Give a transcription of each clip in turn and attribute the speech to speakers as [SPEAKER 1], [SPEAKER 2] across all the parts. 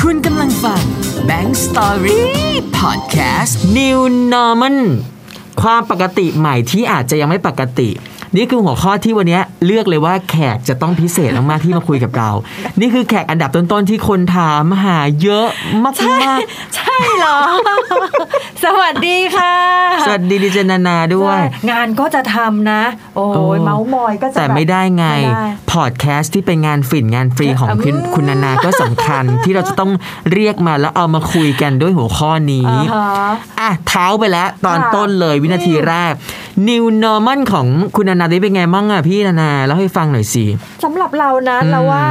[SPEAKER 1] คุณกำลังฟัง Bank Story Podcast
[SPEAKER 2] New Normal ความปกติใหม่ที่อาจจะยังไม่ปกติ นี่คือหัวข้อที่วันนี้เลือกเลยว่าแขกจะต้องพิเศษมากๆที่มาคุยกับเรา นี่คือแขกอันดับต้นๆที่คนถามหาเยอะมาก
[SPEAKER 3] ใช่เหรอ สวัสดีค่ะ
[SPEAKER 2] ๆสวัสดีดิเจนานาด้วย
[SPEAKER 3] ใช่งานก็จะทำนะ โอ้
[SPEAKER 2] โอ้
[SPEAKER 3] ยเมาส์มอยก็จะ
[SPEAKER 2] แต่ไม่ได้ไง
[SPEAKER 3] ม่ด้
[SPEAKER 2] พอดแคสต์ที่เป็นงานฝิ่นงานฟรีของคุณ
[SPEAKER 3] อืม
[SPEAKER 2] คุณนานาก็สำคัญ ที่เราจะต้องเรียกมาแล้วเอามาคุยกันด้วยหัวข้อนี้
[SPEAKER 3] อ่าฮะ
[SPEAKER 2] อ่ะเท้าไปแล้ว ตอน
[SPEAKER 3] ค่ะ
[SPEAKER 2] ต้นเลยวินาทีแรก New Normal ของคุณนานาได้เป็นไงบ้างอ่ะพี่นานาเล่าให้ฟังหน่อยสิ
[SPEAKER 3] สำหรับเรานะ
[SPEAKER 2] อืม
[SPEAKER 3] เราว่า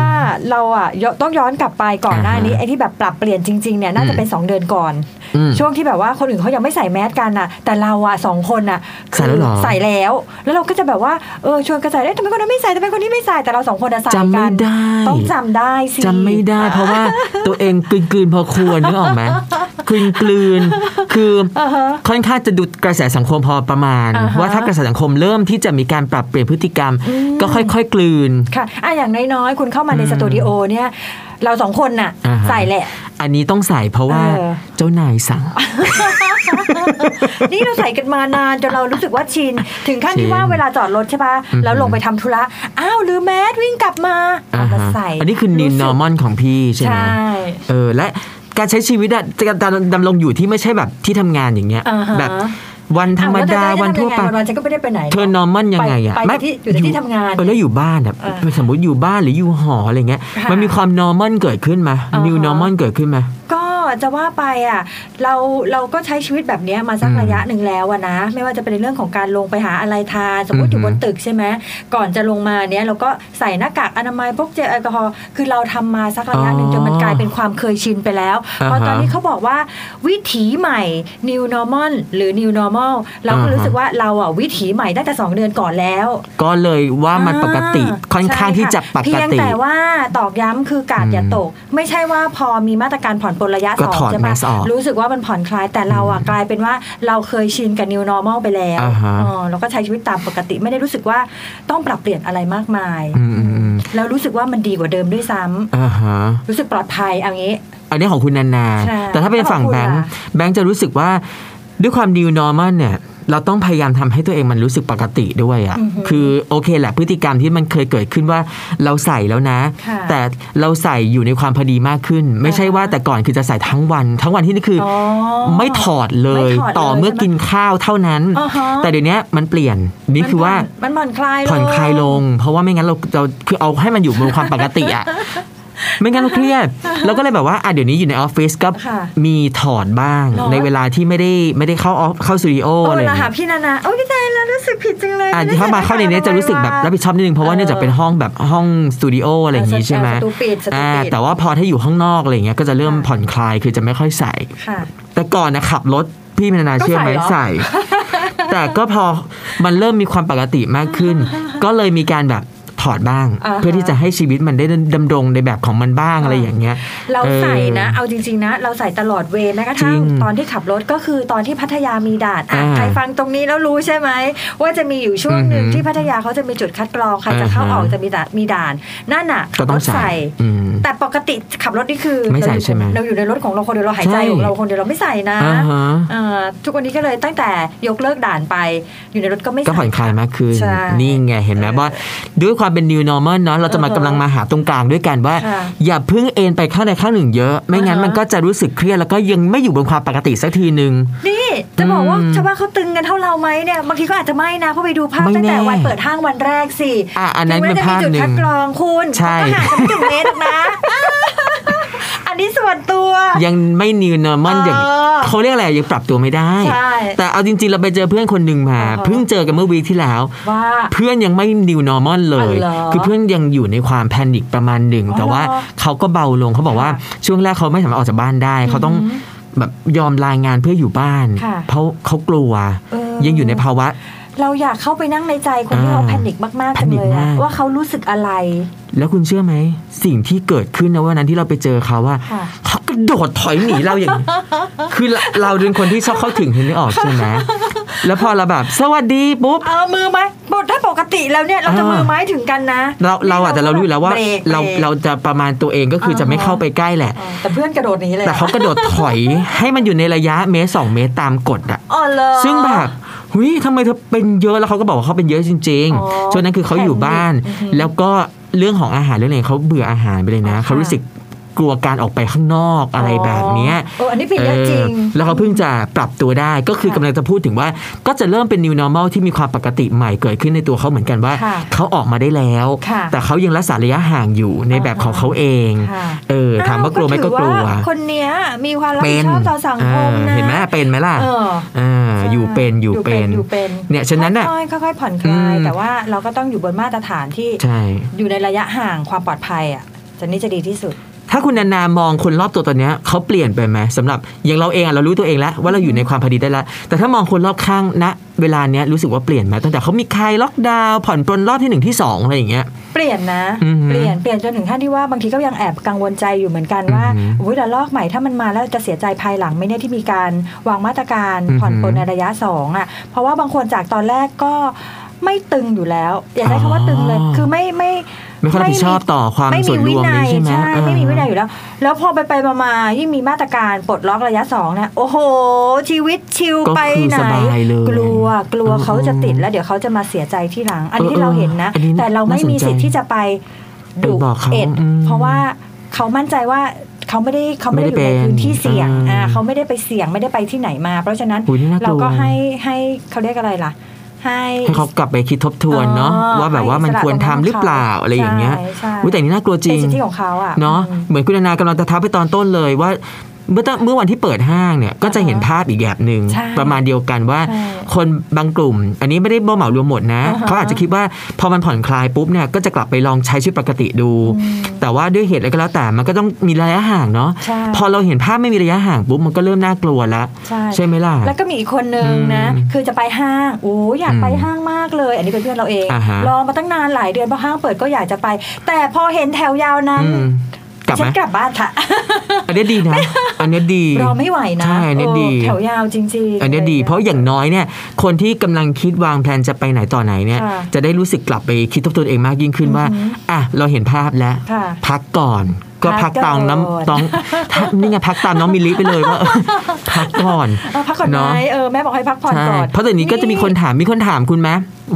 [SPEAKER 3] เราอ่ะยต้องย้อนกลับไปก่อนหน้านี้
[SPEAKER 2] อ่าฮะ
[SPEAKER 3] ไอ้ที่แบบปรับเปลี่ยนจริงๆเนี่ยน่า
[SPEAKER 2] อื
[SPEAKER 3] จะ
[SPEAKER 2] ม
[SPEAKER 3] เป็น 2 เดือนก่อน
[SPEAKER 2] อืม
[SPEAKER 3] ช่วงที่แบบว่าคนอื่นเขายังไม่ใส่แมสกันน่ะ แต่เราอ่ะสองคนน่ะ
[SPEAKER 2] ใส่แล้วเหรอ
[SPEAKER 3] ใส่แล้ว แล้วเราก็จะแบบว่าเออชวนกันใส่ได้ทำไมคนนั้นไม่ใส่ทำไมคนนี้ไม่ใส่แต่เราสองคนน่ะใส่
[SPEAKER 2] จำ
[SPEAKER 3] กั
[SPEAKER 2] ไม่
[SPEAKER 3] น
[SPEAKER 2] ได้
[SPEAKER 3] ต้องจำได้สิ
[SPEAKER 2] จำไม่ได้ เพราะ ว่าตัวเองกลืนๆพอควรนึกออกไหมกลืนๆคืออค่อนข้างจะดูกระแสสังคมพอประมาณ
[SPEAKER 3] อ่าฮะ
[SPEAKER 2] ว่าถ้ากระแสสังคมเริ่มที่จะมีการปรับเปลี่ยนพฤติกรรม ก็ค่อยๆกลืน
[SPEAKER 3] ค่ะอ่ะอย่างน้อยๆ คุณเข้ามาใน
[SPEAKER 2] อืม
[SPEAKER 3] สตูดิโอเนี่ย เราสองคนน่ะ
[SPEAKER 2] อ่าฮะ
[SPEAKER 3] ใส่แหละ
[SPEAKER 2] อันนี้ต้องใส่เพราะว่า
[SPEAKER 3] เออ
[SPEAKER 2] เจ้านายสั่ง
[SPEAKER 3] นี่เราใส่กันมานานจนเรารู้สึกว่าชิน ถึงขั้น
[SPEAKER 2] ชิ
[SPEAKER 3] ที่
[SPEAKER 2] น
[SPEAKER 3] ว่าเวลาจอดรถใช่ปะ
[SPEAKER 2] อืม
[SPEAKER 3] แล้วลงไปทำธุระ อ้าวลืมแมสวิ่งกลับมาเอา
[SPEAKER 2] อ่า
[SPEAKER 3] มา
[SPEAKER 2] ฮะ
[SPEAKER 3] ใส่
[SPEAKER 2] อันนี้คือ new
[SPEAKER 3] รู้สึก
[SPEAKER 2] normal ของพี่ใช่ไหม
[SPEAKER 3] ใช่
[SPEAKER 2] เออและการใช้ชีวิตอะการดำรงอยู่ที่ไม่ใช่แบบที่ทำงานอย่างเงี้ย
[SPEAKER 3] อ่าฮะ
[SPEAKER 2] แบบวันธรรมดา
[SPEAKER 3] อ้
[SPEAKER 2] วันทั่วไป
[SPEAKER 3] แล้เธอจะด้ทำยังงวันๆฉันก็ไม่ได้ไปไหน
[SPEAKER 2] เธอนอร์มอนยังไงอะ
[SPEAKER 3] ไปไปที่อยู่แต่ที่ทำงาน
[SPEAKER 2] เออแล้วอยู่บ้านอะ
[SPEAKER 3] เออ
[SPEAKER 2] สมมติอยู่บ้านหรืออยู่หออะไรเงี้ย
[SPEAKER 3] ค่ะ
[SPEAKER 2] มันมีความนอร์มอนเกิดขึ้นไหม
[SPEAKER 3] อ่าฮะ
[SPEAKER 2] new normal เกิดขึ้นไหม
[SPEAKER 3] ก็จะว่าไปอ่ะเราเราก็ใช้ชีวิตแบบเนี้ยมาสัก
[SPEAKER 2] อืม
[SPEAKER 3] ระยะหนึ่งแล้วอะนะ ไม่ว่าจะเป็นในเรื่องของการลงไปหาอะไรทานสมมติ
[SPEAKER 2] อืม
[SPEAKER 3] อยู่บนตึกใช่ไหมก่อนจะลงมาเนี้ยเราก็ใส่หน้ากากอนามัยพกเจลแอลกอฮอล์คือเราทำมาสักระยะหนึ่งจนมันกลายเป็นความเคยชินไปแล้ว
[SPEAKER 2] อ่าฮะ
[SPEAKER 3] เพราะตอนนี้เขาบอกว่าวิถีใหม่ new normal หรือ new normal เราก็
[SPEAKER 2] อ่าฮะ
[SPEAKER 3] รู้สึกว่าเราอ่ะวิถีใหม่ตั้งแต่สองเดือนก่อนแล้ว
[SPEAKER 2] ก็เลยว่ามันปกติ
[SPEAKER 3] อ่
[SPEAKER 2] ค่อนข้าง
[SPEAKER 3] ใช่
[SPEAKER 2] ที่จะปก
[SPEAKER 3] เพียง
[SPEAKER 2] ติ
[SPEAKER 3] แต่ว่าตอกย้ำคือกาด
[SPEAKER 2] อืม
[SPEAKER 3] อย่าตก ไม่ใช่ว่าพอมีมาตรการผ่อนปลนระยะ
[SPEAKER 2] ก็
[SPEAKER 3] สอง
[SPEAKER 2] ถอด
[SPEAKER 3] ใช่ไหม
[SPEAKER 2] แมสออก
[SPEAKER 3] รู้สึกว่ามันผ่อนคลายแต่เราอ่ะกลายเป็นว่าเราเคยชินกับ new normal ไปแล้ว
[SPEAKER 2] อ่าฮะ
[SPEAKER 3] อ๋อเราก็ใช้ชีวิตตามปกติไม่ได้รู้สึกว่าต้องปรับเปลี่ยนอะไรมากมาย
[SPEAKER 2] อืมอืมอืม
[SPEAKER 3] แล้วรู้สึกว่ามันดีกว่าเดิมด้วยซ้ำ
[SPEAKER 2] อ่าฮะ
[SPEAKER 3] รู้สึกปลอดภัยเอางี้
[SPEAKER 2] อันนี้ของคุณนานา
[SPEAKER 3] ใช่
[SPEAKER 2] แต่ถ้าเป็นฝั่ง
[SPEAKER 3] แล้วของ
[SPEAKER 2] แบงค์
[SPEAKER 3] คุณล่ะ
[SPEAKER 2] แบงค์จะรู้สึกว่าด้วยความ new normal เนี่ย เราต้องพยายามทำให้ตัวเองมันรู้สึกปกติด้วยอะคือโอเคแหละพฤติกรรมที่มันเคยเกิดขึ้นว่าเราใส่แล้วนะ
[SPEAKER 3] ค่ะ
[SPEAKER 2] แต่เราใส่อยู่ในความพอดีมากขึ้น ไม่ใช่ว่าแต่ก่อนคือจะใส่ทั้งวัน ทั้งวันที่นี่คืออ
[SPEAKER 3] อ๋อ
[SPEAKER 2] ไม่ถอดเลย
[SPEAKER 3] ไม่ถอดเลย
[SPEAKER 2] ต่อเมื่อ
[SPEAKER 3] ใช่ไหม
[SPEAKER 2] กินข้าวเท่านั้น
[SPEAKER 3] อ่าฮะ
[SPEAKER 2] แต่เดี๋ยวนี้มันเปลี่ยนนี่คือว่า
[SPEAKER 3] มันผ่อนคลาย
[SPEAKER 2] ผ่อนคลายลง เพราะว่าไม่งั้นเราเราคือเอาให้มันอยู่บนความปกติอะ ไม่งั้นเราเครียดเราก็เลยแบบว่าอ่ะเดี๋ยวนี้อยู่ในออฟฟิศก็
[SPEAKER 3] ค่ะ
[SPEAKER 2] มีถอดบ้าง
[SPEAKER 3] เหรอ
[SPEAKER 2] ในเวลาที่ไม่ได้ไม่ได้เข้าออฟเข้าสตูดิโอ
[SPEAKER 3] โอ้
[SPEAKER 2] อะไรอ
[SPEAKER 3] เวลา
[SPEAKER 2] ย่าง
[SPEAKER 3] หา
[SPEAKER 2] เงี้ย
[SPEAKER 3] พี่นานาโอ้ยพี่ใจแล้วรู้สึกผิดจังเลย
[SPEAKER 2] อ่ะ
[SPEAKER 3] ไได้
[SPEAKER 2] ถ้ามา
[SPEAKER 3] ใส่
[SPEAKER 2] เข้าในนี้
[SPEAKER 3] ห
[SPEAKER 2] จะรู้สึกแบบ
[SPEAKER 3] ทำไมว
[SPEAKER 2] รับผิดชอบนิดนึงเพราะว่าเนื่องจากเป็นห้องแบบห้องสตูดิโออะไรอย่างงี้ใช่ไหม
[SPEAKER 3] สตูปิดสตู
[SPEAKER 2] อ่า
[SPEAKER 3] ปิด
[SPEAKER 2] แต่ว่าพอถ้าอยู่ข้างนอกอะไรอย่างเงี้ยก็จะเริ่ม
[SPEAKER 3] ค่ะ
[SPEAKER 2] ผ่อนคลายคือจะไม่ค่อยใส่
[SPEAKER 3] ค่ะ
[SPEAKER 2] แต่ก่อนนะขับรถพี่พนานา
[SPEAKER 3] ก็
[SPEAKER 2] เชื่อ
[SPEAKER 3] ใส่
[SPEAKER 2] ไหม
[SPEAKER 3] เหรอ
[SPEAKER 2] ใส่ แต่ก็พอมันเริ่มมีความปกติมาก ขึ้น ก็เลยมีการแบบถอดบ้าง
[SPEAKER 3] อ่าฮะ
[SPEAKER 2] เพื่อที่จะให้ชีวิตมันได้ดำรงในแบบของมันบ้างอะไรอย่างเงี้ย
[SPEAKER 3] เราใส่นะ
[SPEAKER 2] เออ
[SPEAKER 3] เอาจริง ๆ นะ เราใส่ตลอดเวรแม้กระทั่
[SPEAKER 2] จ
[SPEAKER 3] ง
[SPEAKER 2] ริง
[SPEAKER 3] ตอนที่ขับรถก็คือตอนที่พัทยามีด่านอ่ะ
[SPEAKER 2] อ่า
[SPEAKER 3] ใครฟังตรงนี้แล้วรู้ใช่ไหม ว่าจะมีอยู่ช่วงหนึ่ง
[SPEAKER 2] อือหือ
[SPEAKER 3] ที่พัทยาเขาจะมีจุดคัดกรองใครจะเข้า
[SPEAKER 2] อ่าฮะ
[SPEAKER 3] ออกจะมีด่านมีด่านนั่นน่ะ
[SPEAKER 2] ก็ต้องใส่อืม
[SPEAKER 3] แต่ปกติขับรถนี่คือ
[SPEAKER 2] ไม่ใส่
[SPEAKER 3] เราอยู่
[SPEAKER 2] ใช่ไหม
[SPEAKER 3] เราอยู่ในรถของเราคนเดียวเราหายใจ
[SPEAKER 2] ใช่
[SPEAKER 3] ของเราคนเดียวเราไม่ใส่นะ
[SPEAKER 2] อ่าฮะ
[SPEAKER 3] เอ่อทุกวันนี้ก็เลยตั้งแต่ยกเลิกด่านไป อยู่ในรถก็ไม่ใส่
[SPEAKER 2] ก็ผ่อนคลายมากขึ้น
[SPEAKER 3] ใช่
[SPEAKER 2] นี่ไงเห็นไหมว่าด้วยความเป็น new normal เนอะเราจะ
[SPEAKER 3] เออก
[SPEAKER 2] มาำลังมาหาตรงกลางด้วยกันว่า
[SPEAKER 3] ค่ะ
[SPEAKER 2] อย่าเพึ่งเอ็นไปข้างใดข้างหนึ่งเยอะ ไม่งั้น
[SPEAKER 3] อ่าฮะ
[SPEAKER 2] มันก็จะรู้สึกเครียดแล้วก็ยังไม่อยู่บนความปกติสักทีหนึ่ง
[SPEAKER 3] นี่จะบอกว่า
[SPEAKER 2] อืม
[SPEAKER 3] ชาวบ้านเขาตึงกันเท่าเราไหมเนี่ยบางทีก็อาจจะไม่นะเพราะไปดูภาพ
[SPEAKER 2] ไม่
[SPEAKER 3] ตั้งแต่
[SPEAKER 2] แน่
[SPEAKER 3] วันเปิดห้างวันแรกสิ
[SPEAKER 2] อ่ะอันนั้น
[SPEAKER 3] ถึงแม้
[SPEAKER 2] เป็นภาพ
[SPEAKER 3] จะมีจุด
[SPEAKER 2] หนึ่ง
[SPEAKER 3] คัดกรองคุณ
[SPEAKER 2] ใช่
[SPEAKER 3] มันก็ห่างกันไม่ถึงเมตร นะ อันนี้ส่วนตัว
[SPEAKER 2] ยังไม่ new normal อย่าง
[SPEAKER 3] เออ
[SPEAKER 2] เขาเรียกอะไรยังปรับตัวไม่ได้
[SPEAKER 3] ใช่
[SPEAKER 2] แต่เอาจริง ๆ เราไปเจอเพื่อนคนหนึ่งมา
[SPEAKER 3] อ่าฮะ
[SPEAKER 2] เพิ่งเจอกันเมื่อวีคที่แล้ว
[SPEAKER 3] ว่า
[SPEAKER 2] เพื่อนยังไม่ new normal เลย
[SPEAKER 3] อ๋อเหรอ
[SPEAKER 2] คือเพื่อนยังอยู่ในความแพนิคประมาณหนึ่ง
[SPEAKER 3] อ๋อ
[SPEAKER 2] แต่ว่า
[SPEAKER 3] เหรอ
[SPEAKER 2] เขาก็เบาลงเขาบอกว่า
[SPEAKER 3] ค่ะ
[SPEAKER 2] ช่วงแรกเขาไม่สามารถออกจากบ้านได้ เขาต้องแบบยอมลางานเพื่ออยู่บ้าน
[SPEAKER 3] ค่ะ
[SPEAKER 2] เพราะเขากลัว
[SPEAKER 3] เออ
[SPEAKER 2] ยังอยู่ในภาวะ
[SPEAKER 3] เราอยากเข้าไปนั่งในใจคนที่
[SPEAKER 2] อ่า
[SPEAKER 3] เขาแพนิคมากๆจัง
[SPEAKER 2] แพ
[SPEAKER 3] เลย
[SPEAKER 2] นิคมา
[SPEAKER 3] อะ
[SPEAKER 2] ก
[SPEAKER 3] ว่าเขารู้สึกอะไร
[SPEAKER 2] แล้วคุณเชื่อไหม สิ่งที่เกิดขึ้นนะวันนั้นที่เราไปเจอเขาว่า
[SPEAKER 3] ค่ะ
[SPEAKER 2] เขากระโดดถอยหนีเราอย่าง คือเราเราเป็นคนที่ชอบเข้าถึงเห็นได้ออกใช่ไหมแล้วพอเราแบบสวัสดีปุ๊บ
[SPEAKER 3] เอามือไหมป ดได้ปกติแล้วเนี่ยเราจะ
[SPEAKER 2] อ่ามื
[SPEAKER 3] มือไม้ถึงกันนะ
[SPEAKER 2] เราเราอาจจะเรารู้อยู่แล้วว่า
[SPEAKER 3] บก
[SPEAKER 2] เรา
[SPEAKER 3] บก
[SPEAKER 2] เราจะประมาณตัวเองก็คือจะไม่
[SPEAKER 3] อ่าฮะ
[SPEAKER 2] เข้าไปใกล้แหละ
[SPEAKER 3] เออแต่เพื่อนกระโดดหนี้เลย
[SPEAKER 2] แต่เขากระโดดถอยให้มันอยู่ในระยะเมตรสองเมตรตามกฎอะ
[SPEAKER 3] อ๋อเหรอ
[SPEAKER 2] ซึ่งแบบหุยทำไมเธอเป็นเยอะแล้วเขาก็บอกว่าเขาเป็นเยอะจริง
[SPEAKER 3] อ๋อ
[SPEAKER 2] ๆช่วงนั้นคือเขาอยู่บ้าน
[SPEAKER 3] แข็งดิ
[SPEAKER 2] แล้วก็เรื่องของอาหารเรื่องอะไรเขาเบื่ออาหารไปเลยนะ
[SPEAKER 3] อ๋อค่ะ
[SPEAKER 2] เขารู้สึกกลัวการออกไปข้างนอกอะไรแบบเนี้ย
[SPEAKER 3] เอออันนี้ผิดเยอะจริง
[SPEAKER 2] เออแล้วเขาเพิ่งจะปรับตัวได้ก็คือ
[SPEAKER 3] ค่ะ
[SPEAKER 2] กำลังจะพูดถึงว่า ก็จะเริ่มเป็น new normal ที่มีความปกติใหม่เกิดขึ้นในตัวเขาเหมือนกันว่า
[SPEAKER 3] ค่ะ
[SPEAKER 2] เขาออกมาได้แล้ว
[SPEAKER 3] ค่ะ
[SPEAKER 2] แต่เขายังรักษาระยะห่างอยู่ในแบบของเขาเอง
[SPEAKER 3] ค่ะ
[SPEAKER 2] เออถามว่ากลัวไหมก็กลัว
[SPEAKER 3] อ้าถือาคนเนี้ยมีความรับ
[SPEAKER 2] เป็
[SPEAKER 3] ผิ
[SPEAKER 2] น
[SPEAKER 3] ดชอบต่อสังคมนะ
[SPEAKER 2] เห็นไหมเป็นไหมล่ะ
[SPEAKER 3] เออ
[SPEAKER 2] อ่าอยู่เป็นอยู่เป็น
[SPEAKER 3] อยู่เป็น
[SPEAKER 2] เนี่ยฉะนั้นน่ะ
[SPEAKER 3] ค่อยๆค่อยๆผ่อนคลาย
[SPEAKER 2] อืม
[SPEAKER 3] แต่ว่าเราก็ต้องอยู่บนมาตรฐานที่
[SPEAKER 2] ใช่
[SPEAKER 3] อยู่ในระยะห่างความปลอดภัยอ่ะจะนี่จะดีที่สุด
[SPEAKER 2] ถ้าคุณนานามองคนรอบตัวตอนเนี้ยเขาเปลี่ยนไปไหมสำหรับอย่างเราเองอะเรารู้ตัวเองแล้ว ว่าเราอยู่ในความพอดีได้แล้ว แต่ถ้ามองคนรอบข้างณเวลาเนี้ยรู้สึกว่าเปลี่ยนไหมตั้งแต่เขามีคลายล็อกดาวน์ผ่อนปลนรอบที่หนึ่งที่สองอะไรอย่างเงี้ย
[SPEAKER 3] เปลี่ยนนะ
[SPEAKER 2] อือหือ
[SPEAKER 3] เปลี่ยนเปลี่ยนจนถึงขั้นที่ว่าบางทีก็ยังแอบกังวลใจอยู่เหมือนกันว่า
[SPEAKER 2] อือหือ
[SPEAKER 3] อุ้ยระลอกใหม่ถ้ามันมาแล้วจะเสียใจภายหลังไหมเนี่ยที่มีการวางมาตรการ
[SPEAKER 2] อือหือ
[SPEAKER 3] ผ่อนปลนในระยะสองอ่ะ เพราะว่าบางคนจากตอนแรกก็ไม่ตึงอยู่แล้ว อย่าใช้คำว่าตึงเลย
[SPEAKER 2] อ๋อ
[SPEAKER 3] คือไม่ไม่
[SPEAKER 2] ไม่ค่อยรับผิดชอบต่อความส่วนรวมนี้ใช่ไหม
[SPEAKER 3] ใช่
[SPEAKER 2] เออ
[SPEAKER 3] ไม่มีวินัยอยู่แล้ว แล้วพอไปไปมามายิ่งมีมาตรการปลดล็อกระยะสองเนี่ยโอ้โห ชีวิตชิล
[SPEAKER 2] ก็คือ
[SPEAKER 3] ไปไหน
[SPEAKER 2] สบายเลย
[SPEAKER 3] กลัวกลัว
[SPEAKER 2] เออ
[SPEAKER 3] เขาจะติดแล้วเดี๋ยวเขาจะมาเสียใจที่หลัง อันนี้
[SPEAKER 2] เออ
[SPEAKER 3] ที่เราเห็นนะ
[SPEAKER 2] อันนี้
[SPEAKER 3] แต่เราไม่มีสิทธิ์ที่จะไปดุ
[SPEAKER 2] ไปบอกเขา
[SPEAKER 3] เอ็ด
[SPEAKER 2] อืม
[SPEAKER 3] เพราะว่าเขามั่นใจว่าเขาไม่ได้เขาไม่ได้อ
[SPEAKER 2] ไม่
[SPEAKER 3] ยู่
[SPEAKER 2] ได้
[SPEAKER 3] ใน
[SPEAKER 2] เป็น
[SPEAKER 3] พื้นที่เสี่ยง
[SPEAKER 2] อ่า
[SPEAKER 3] อ่าเขาไม่ได้ไปเสี่ยงไม่ได้ไปที่ไหนมา เพราะฉะนั้น
[SPEAKER 2] อุ๊ยน่ากลัว
[SPEAKER 3] เราก็ให้ให้เขาเรียกอะไรล่ะ ให้
[SPEAKER 2] ให้เขากลับไปคิดทบทวนเนาะ
[SPEAKER 3] อ๋อ
[SPEAKER 2] ว่าแบบว่ามันควรทำหรือเปล่าอะไรอย่างเงี้ย
[SPEAKER 3] ใช่ใช่
[SPEAKER 2] อุ๊ยแต่อันนี่น่ากลัวจริ
[SPEAKER 3] เป็น
[SPEAKER 2] ง
[SPEAKER 3] สิทธิของเขาอ่ะ
[SPEAKER 2] เนาะ
[SPEAKER 3] อืม
[SPEAKER 2] เหมือนคุณนากำลังจะท้าไปตอนต้นเลยว่า เมื่อตอนเมื่อวันที่เปิดห้างเนี่ยก็จะเห็นภาพอีกแบบหนึ่ง
[SPEAKER 3] ใช่
[SPEAKER 2] ประมาณเดียวกันว่า
[SPEAKER 3] ใช่
[SPEAKER 2] คนบางกลุ่ม อันนี้ไม่ได้บ่เหมารวมหมดนะ
[SPEAKER 3] อ่าฮะ
[SPEAKER 2] เขาอาจจะคิดว่าพอมันผ่อนคลายปุ๊บเนี่ยก็จะกลับไปลองใช้ชีวิตปกติดู
[SPEAKER 3] อืม
[SPEAKER 2] แต่ว่าด้วยเหตุอะไรก็แล้วแต่มันก็ต้องมีระยะห่างเนาะ
[SPEAKER 3] ใช่
[SPEAKER 2] พอเราเห็นภาพไม่มีระยะห่างปุ๊บมันก็เริ่มน่ากลัวแล้ว
[SPEAKER 3] ใช่
[SPEAKER 2] ไหมล่ะ
[SPEAKER 3] แล้วก็มีอีกคนนึงนะ
[SPEAKER 2] อืม
[SPEAKER 3] คือจะไปห้างโอ้ยอยาก
[SPEAKER 2] อืม
[SPEAKER 3] ไปห้างมากเลย อันนี้เป็นเพื่อนเราเอง
[SPEAKER 2] อ่าฮะ
[SPEAKER 3] รอมาตั้งนานหลายเดือนพอห้างเปิดก็อยากจะไป แต่พอเห็นแถวยาวนั้น
[SPEAKER 2] อืมกลับ
[SPEAKER 3] ฉั
[SPEAKER 2] ไหม
[SPEAKER 3] นกลับบ้านค่ะ
[SPEAKER 2] อันนี้ดี นะ อันนี้ดี
[SPEAKER 3] รอไม่ไหวนะ
[SPEAKER 2] ใช่อันนี้
[SPEAKER 3] เออ
[SPEAKER 2] ดี
[SPEAKER 3] แถวยาวจริงๆ
[SPEAKER 2] อันเนี้ยดี
[SPEAKER 3] อไงี้ย
[SPEAKER 2] เพราะอย่างน้อยเนี่ย คนที่กำลังคิดวางแผนจะไปไหนต่อไหนเนี่ย
[SPEAKER 3] ค่ะ
[SPEAKER 2] จะได้รู้สึกกลับไปคิดทบทวนเองมากยิ่งขึ้นว่า
[SPEAKER 3] อือหือ
[SPEAKER 2] อ่ะ เราเห็นภาพแล้ว
[SPEAKER 3] ค่ะ
[SPEAKER 2] พักก่อน ก็
[SPEAKER 3] พั
[SPEAKER 2] พั
[SPEAKER 3] ก
[SPEAKER 2] ก
[SPEAKER 3] ก่
[SPEAKER 2] ตา
[SPEAKER 3] อน
[SPEAKER 2] มน้ำต้องนี่ไงพักตามน้องมิลลิไปเลยว่า พักก่อน
[SPEAKER 3] เออพักก่อนไหม
[SPEAKER 2] เนาะ
[SPEAKER 3] เออแม่บอกให้พักผ่อน
[SPEAKER 2] ใช่
[SPEAKER 3] ก่อน
[SPEAKER 2] เพราะตอนนี้ก็จะมีคนถามมีคนถามคุณไหม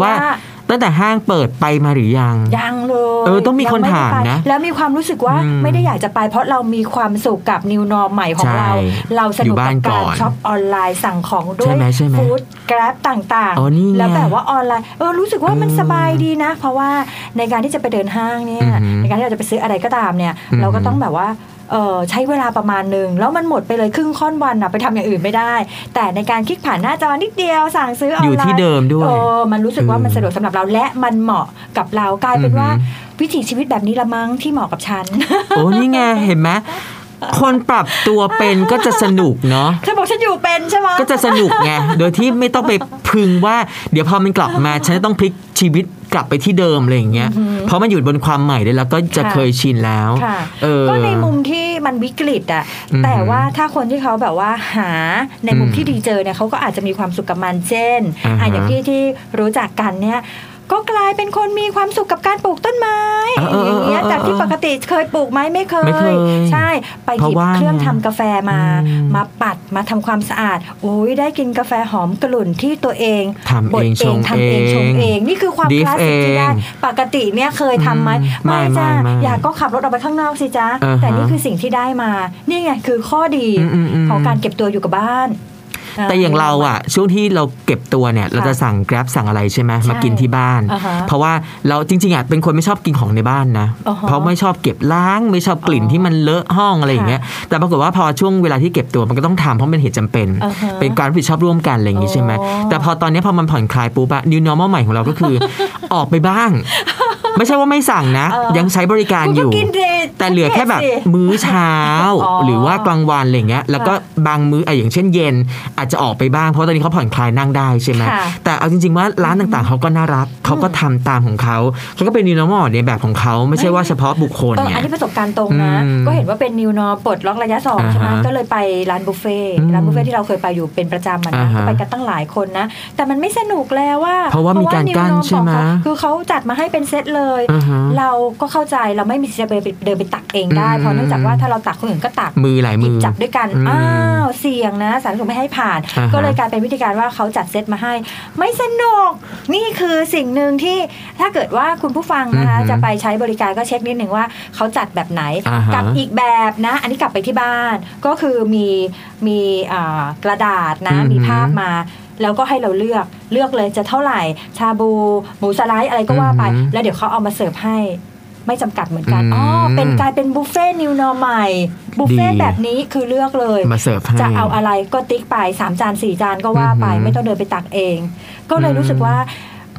[SPEAKER 2] ว่า
[SPEAKER 3] ว่า
[SPEAKER 2] ตั้งแต่ห้างเปิดไปมาหรือยัง
[SPEAKER 3] ยังเลย
[SPEAKER 2] เออต้องมีคน
[SPEAKER 3] ยังไได้
[SPEAKER 2] ถาม
[SPEAKER 3] ไป
[SPEAKER 2] นะ
[SPEAKER 3] แล้วมีความรู้สึกว่า
[SPEAKER 2] อืม
[SPEAKER 3] ไม่ได้อยากจะไป เพราะเรามีความสุขกับนิวนอ m ใหม่ของเรา
[SPEAKER 2] ใช่
[SPEAKER 3] เราส
[SPEAKER 2] อยู่
[SPEAKER 3] นุก
[SPEAKER 2] บ้าน
[SPEAKER 3] กับ
[SPEAKER 2] ก่
[SPEAKER 3] การ
[SPEAKER 2] อน
[SPEAKER 3] ช็อปออนไลน์สั่งของด้ว
[SPEAKER 2] ใช่
[SPEAKER 3] ย
[SPEAKER 2] ไหมใช่ไหม
[SPEAKER 3] ฟู้ดกราฟต่าง
[SPEAKER 2] อ๋อนี่ไง
[SPEAKER 3] แล้วแบบว่าออนไลน์เออรู้สึกว่ามัน
[SPEAKER 2] เออ
[SPEAKER 3] สบายดีนะ เพราะว่าในการที่จะไปเดินห้างเนี่ย
[SPEAKER 2] อือหือ
[SPEAKER 3] ในการที่เราจะไปซื้ออะไรก็ตามเนี่ย
[SPEAKER 2] อือหือ
[SPEAKER 3] เราก็ต้องแบบว่าเออใช้เวลาประมาณหนึ่งแล้วมันหมดไปเลยครึ่งค่อนวันนะไปทำอย่างอื่นไม่ได้ แต่ในการคลิกผ่านหน้าจอนิดเดียวสั่งซื้อออนไล
[SPEAKER 2] อ
[SPEAKER 3] น์อยู่
[SPEAKER 2] ที่เดิมด้วย
[SPEAKER 3] เออ เออมันรู้สึกว่ามัน
[SPEAKER 2] อืม
[SPEAKER 3] สะดวกสำหรับเราและมันเหมาะกับเรากลายเป็นว่า
[SPEAKER 2] อือหื
[SPEAKER 3] วิถีชีวิตแบบนี้ละมั้งที่เหมาะกับฉัน
[SPEAKER 2] โอ้นี่ไงเห็นไหมคนปรับตัวเป็นก็จะสนุกเนาะ
[SPEAKER 3] เธอบอกฉันอยู่เป็นใช่ไหม
[SPEAKER 2] ก็จะสนุกไง โดยที่ไม่ต้องไปพึงว่า เดี๋ยวพอมันกลับมา ฉันจะต้องพลิกชีวิตกลับไปที่เดิมอะไรอย่างเงี้ย เพราะมันอยู่บนความใหม่เลยแล้วก็จะ
[SPEAKER 3] ค่ะ
[SPEAKER 2] เคยชินแล้ว
[SPEAKER 3] ค่ะ
[SPEAKER 2] เออ
[SPEAKER 3] ก็ในมุมที่มันวิกฤตอ่ะ
[SPEAKER 2] อือหือ
[SPEAKER 3] แต่ว่าถ้าคนที่เขาแบบว่าหาในมุม
[SPEAKER 2] อืม
[SPEAKER 3] ที่ดีเจอเนี่ยเขาก็อาจจะมีความสุขกับมันเช่น
[SPEAKER 2] อ่าฮะ
[SPEAKER 3] อ่ะอย่างที่ที่รู้จักกันเนี่ยก็กลายเป็นคนมีความสุขกับการปลูกต้นไม้
[SPEAKER 2] เออเออเออ
[SPEAKER 3] อย่างเงี้ยจากที่ปกติเคยปลูกไหมไม่เคย
[SPEAKER 2] ไม่เคย
[SPEAKER 3] ใช่ไปหยิบ
[SPEAKER 2] เพราะว่า
[SPEAKER 3] เครื่องทำกาแฟมา
[SPEAKER 2] อืม
[SPEAKER 3] มาปัดมาทำความสะอาดโอ้ยได้กินกาแฟหอมกลุ่นที่ตัวเอง
[SPEAKER 2] ทำ
[SPEAKER 3] บด
[SPEAKER 2] เองชง
[SPEAKER 3] ทำเองชงเอง นี่คือความ
[SPEAKER 2] ดิฟ
[SPEAKER 3] คลาสสิกที่ได้
[SPEAKER 2] เอง
[SPEAKER 3] ปกติเนี่ยเคยทำไหม
[SPEAKER 2] อืมไม่
[SPEAKER 3] จ้า
[SPEAKER 2] ไม่ไม่
[SPEAKER 3] อยาก ก็ขับรถออกไปข้างนอกสิจ๊ะ
[SPEAKER 2] อ่าฮะ
[SPEAKER 3] แต่นี่คือสิ่งที่ได้มา นี่ไงคือข้อดี
[SPEAKER 2] อืมอืมอืม
[SPEAKER 3] ของการเก็บตัวอยู่กับบ้าน
[SPEAKER 2] แต่อย่างเราอะช่วงที่เราเก็บตัวเนี่ย เราจะสั่ง Grab สั่งอะไรใช่ไหมมากินที่บ้าน
[SPEAKER 3] อ่าฮะ
[SPEAKER 2] เพราะว่าเราจริงๆอะเป็นคนไม่ชอบกินของในบ้านนะ
[SPEAKER 3] อ่าฮะ
[SPEAKER 2] เพราะไม่ชอบเก็บล้างไม่ชอบกลิ่น
[SPEAKER 3] อ๋อ
[SPEAKER 2] ที่มันเลอะห้องอะไรอย่างเงี้ยแต่ปรากฏว่าพอช่วงเวลาที่เก็บตัวมันก็ต้องทำเพราะเป็นเหตุจำเป็น
[SPEAKER 3] อ่าฮะ
[SPEAKER 2] เป็นการรับผิดชอบร่วมกันอะไรอย่างงี้ใช่ไหม
[SPEAKER 3] อ๋อ
[SPEAKER 2] แต่พอตอนเนี้ยพอมันผ่อนคลายปุ๊บอะ new normal ใหม่ของ เราก็คือ ออกไปบ้าง ไม่ใช่ว่าไม่สั่งนะ ยังใช้บริการ
[SPEAKER 3] คุ
[SPEAKER 2] อ
[SPEAKER 3] ณก็
[SPEAKER 2] ยู่
[SPEAKER 3] กินเด
[SPEAKER 2] แต่เหลือแค่แบบ
[SPEAKER 3] สิ
[SPEAKER 2] มื้อเช้า
[SPEAKER 3] อ๋อ
[SPEAKER 2] หรือว่ากลางวันอะไรอย่างเงี้ยแล้วก็บางมื้ออ่ะอย่างเช่นเย็น อาจจะออกไปบ้างเพราะตอนนี้เขาผ่อนคลายนั่งได้ใช่ไหม
[SPEAKER 3] ค่ะ
[SPEAKER 2] แต่เอาจริง ๆ ว่าร้านต่างๆเขาก็น่ารักเขาก็ทำตามของเขาเขาก็เป็นนิวนอร์มอลในแบบของเขาไม่ใช่ว่าเฉพาะบุคคล
[SPEAKER 3] เออ
[SPEAKER 2] ไง
[SPEAKER 3] อันนี้ประสบการณ์ตรงนะ
[SPEAKER 2] อืม
[SPEAKER 3] ก็เห็นว่าเป็นนิวนอปลดล็อกระยะสองใช่ไหม
[SPEAKER 2] อ่าฮะ
[SPEAKER 3] ก็เลยไปร้านบุฟเฟ่ต์
[SPEAKER 2] อืม
[SPEAKER 3] ร้านบุฟเฟ่ต์ที่เราเคยไปอยู่เป็นประจำมัน
[SPEAKER 2] อ่า
[SPEAKER 3] นะ
[SPEAKER 2] ฮะ
[SPEAKER 3] ก็ไปกันตั้งหลายคนนะ แต่มันไม่สนุกแล้วว่า
[SPEAKER 2] เพราะว่ามีการกั้นใช่ไหม
[SPEAKER 3] คือเขาจัดมาให้เป็นเซตเลย
[SPEAKER 2] อ่าฮะ
[SPEAKER 3] เราก็เข้าใจเราไม่มีสิทธิ์จะไปเดินไปตักเองได้
[SPEAKER 2] อืม
[SPEAKER 3] เพราะเนื่องจากว่าถ้าเราตักคนอื่นก็ตัก
[SPEAKER 2] มือหลาย
[SPEAKER 3] หยิ
[SPEAKER 2] มื
[SPEAKER 3] บ
[SPEAKER 2] อ
[SPEAKER 3] จับด้วยกัน
[SPEAKER 2] อืม
[SPEAKER 3] อ้าวเสี่ยงนะสารสุขไม่ให้ผ่าน
[SPEAKER 2] อ่าฮะ
[SPEAKER 3] ก็เลยกลายเป็นวิธีการว่าเขาจัดเซตมาให้ ไม่สนุกนี่คือสิ่งหนึ่งที่ถ้าเกิดว่าคุณผู้ฟังนะคะ
[SPEAKER 2] อือหือ
[SPEAKER 3] จะไปใช้บริการก็เช็คนิดหนึ่งว่าเขาจัดแบบไหน
[SPEAKER 2] อ่าฮะ
[SPEAKER 3] กับอีกแบบนะ อันนี้กลับไปที่บ้านก็คือมีมีอ่ากระดาษนะ
[SPEAKER 2] อือหือ
[SPEAKER 3] มีภาพมา แล้วก็ให้เราเลือกเลือกเลยจะเท่าไหร่ ชาบูหมูสไลด์อะไรก็ว่าไป
[SPEAKER 2] อือหือ
[SPEAKER 3] แล้วเดี๋ยวเขาเอามาเสิร์ฟให้ ไม่จำกัดเหมือนกัน
[SPEAKER 2] อืม
[SPEAKER 3] อ๋อ เป็นกลายเป็นบุฟเฟ่นิวนอร์ใหม่ บุฟเฟ่
[SPEAKER 2] ดี
[SPEAKER 3] แบบนี้คือเลือกเลย
[SPEAKER 2] มาเสิร์ฟให้
[SPEAKER 3] จะเอาอะไรก็ติ๊กไป 3 จาน 4 จานก็ว่าไป
[SPEAKER 2] อือหือ
[SPEAKER 3] ไม่ต้องเดินไปตักเอง ก็เลย
[SPEAKER 2] อืม
[SPEAKER 3] รู้สึกว่า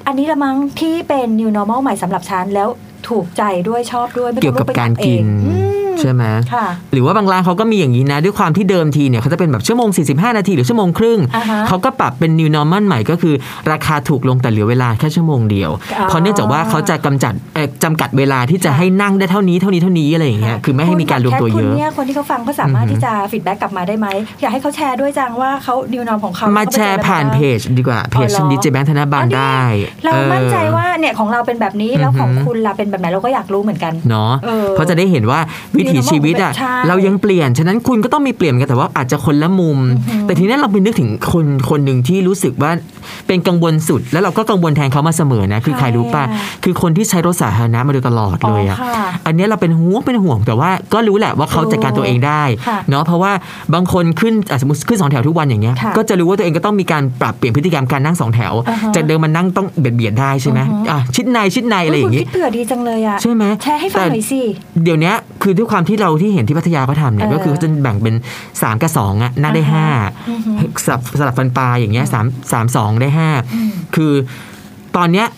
[SPEAKER 3] อันนี้ละมั้งที่เป็น new normal ใหม่สำหรับฉันแล้วถูกใจด้วยชอบด้วยไม่
[SPEAKER 2] เกี่
[SPEAKER 3] ต้
[SPEAKER 2] ยว
[SPEAKER 3] อง
[SPEAKER 2] กับ
[SPEAKER 3] ไป
[SPEAKER 2] การ
[SPEAKER 3] ตัเอ
[SPEAKER 2] กิ
[SPEAKER 3] ง
[SPEAKER 2] น
[SPEAKER 3] อืม
[SPEAKER 2] ใช่ไหม
[SPEAKER 3] ค่ะ
[SPEAKER 2] หรือว่าบางร้านเขาก็มีอย่างนี้นะ ด้วยความที่เดิมทีเนี่ยเขาจะเป็นแบบชั่วโมง 45 นาทีหรือชั่วโมงครึ่ง
[SPEAKER 3] อ่าฮะ
[SPEAKER 2] เขาก็ปรับเป็น new normal ใหม่ก็คือ ราคาถูกลงแต่เหลือเวลาแค่ชั่วโมงเดียว
[SPEAKER 3] อ๋อ
[SPEAKER 2] เพราะเนื่องจากว่าเขาจะกำจัดเอ่อจำกัดเวลาที่จะให้นั่งได้เท่านี้เท่านี้เท่านี้อะไรอย่างเงี้ยคือไม่ให้มีการรวมตัวเย
[SPEAKER 3] คุณ
[SPEAKER 2] อะ
[SPEAKER 3] เนี่ยคนที่เขาฟังก็สามารถ
[SPEAKER 2] อือหือ
[SPEAKER 3] ที่จะฟีดแบ็กกลับมาได้ไหมอยากให้เขาแชร์ด้วยจังว่าเขา new normal ของเขา
[SPEAKER 2] มา
[SPEAKER 3] มา
[SPEAKER 2] แชร์ผ่านเพจดีกว่าเพจ
[SPEAKER 3] อ๋อเหรอ
[SPEAKER 2] ดิจิแบงค์ธนบัตรได้
[SPEAKER 3] เรา
[SPEAKER 2] ออ
[SPEAKER 3] มั่นใจว่าเนี่ยของเราเป็นแบบนี้แล้วของ
[SPEAKER 2] อือหือ
[SPEAKER 3] คุณล่ะเป็นแบบไหนเราก็อยากรู้เหมือนกัน
[SPEAKER 2] เนาะ
[SPEAKER 3] เออ
[SPEAKER 2] เพราะจะได้เห็นว่าวิถีชีวิตอ่ะ
[SPEAKER 3] ใช่
[SPEAKER 2] เรายังเปลี่ยน ฉะนั้นคุณก็ต้องมีเปลี่ยนกันแต่ว่าอาจจะคนละมุม
[SPEAKER 3] อือหือ
[SPEAKER 2] แต่ทีนี้เราไปนึกถึงคนคนหนึ่งที่รู้สึกว่าเป็นกังวลสุด แล้วเราก็กังวลแทนเขามาเสมอนะคือใค
[SPEAKER 3] ใค
[SPEAKER 2] ร
[SPEAKER 3] ร
[SPEAKER 2] รู้ป่ะ
[SPEAKER 3] อะ
[SPEAKER 2] คือคนที่ใช้รถสาธารณะมาโดยตลอดเลยอ่ะ
[SPEAKER 3] ค่ะ
[SPEAKER 2] อันเนี้ยเราเป็นห่วงเป็นห่วงแต่ว่าก็รู้แหละว่าเขาจัดการตัวเองได้
[SPEAKER 3] ค่ะ
[SPEAKER 2] เนาะเพราะว่าบางคนขึ้นอ่ะสมมติขึ้นสองแถวทุกวันอย่างเงี้ย
[SPEAKER 3] ค่ะ
[SPEAKER 2] ก็จะรู้ว่าตัวเองก็ต้องมีการปรับเปลี่ยนพฤติกรรมการนั่งสองแถว
[SPEAKER 3] อ่าฮะ
[SPEAKER 2] จากเดิมมันนั่งต้องเบียดเบียดได้ใช่ไหม
[SPEAKER 3] อือฮึ
[SPEAKER 2] อ่ะชิดในชิดในอะไรอย่าง
[SPEAKER 3] เคุณ
[SPEAKER 2] งี้
[SPEAKER 3] คิดเผื่อดีจังเลยอ่ะ
[SPEAKER 2] ใช่ไหม
[SPEAKER 3] แชร์ให้ฟังหน่อยสิ
[SPEAKER 2] เดี๋ยวเนี้ยคือด้วยความที่เราที่เห็นที่พัทยาเขาทำเนี่ย
[SPEAKER 3] เออ
[SPEAKER 2] ก็คือเขาจะแบ่งเป็น 3 กับ2อ่ะหน้าได้
[SPEAKER 3] อ่าฮะอือฮึ
[SPEAKER 2] 5 สลับสลับฟันปลาอย่างเงี้ยสามสามสองได้ห้า
[SPEAKER 3] อืม
[SPEAKER 2] คือตอนเนี้ย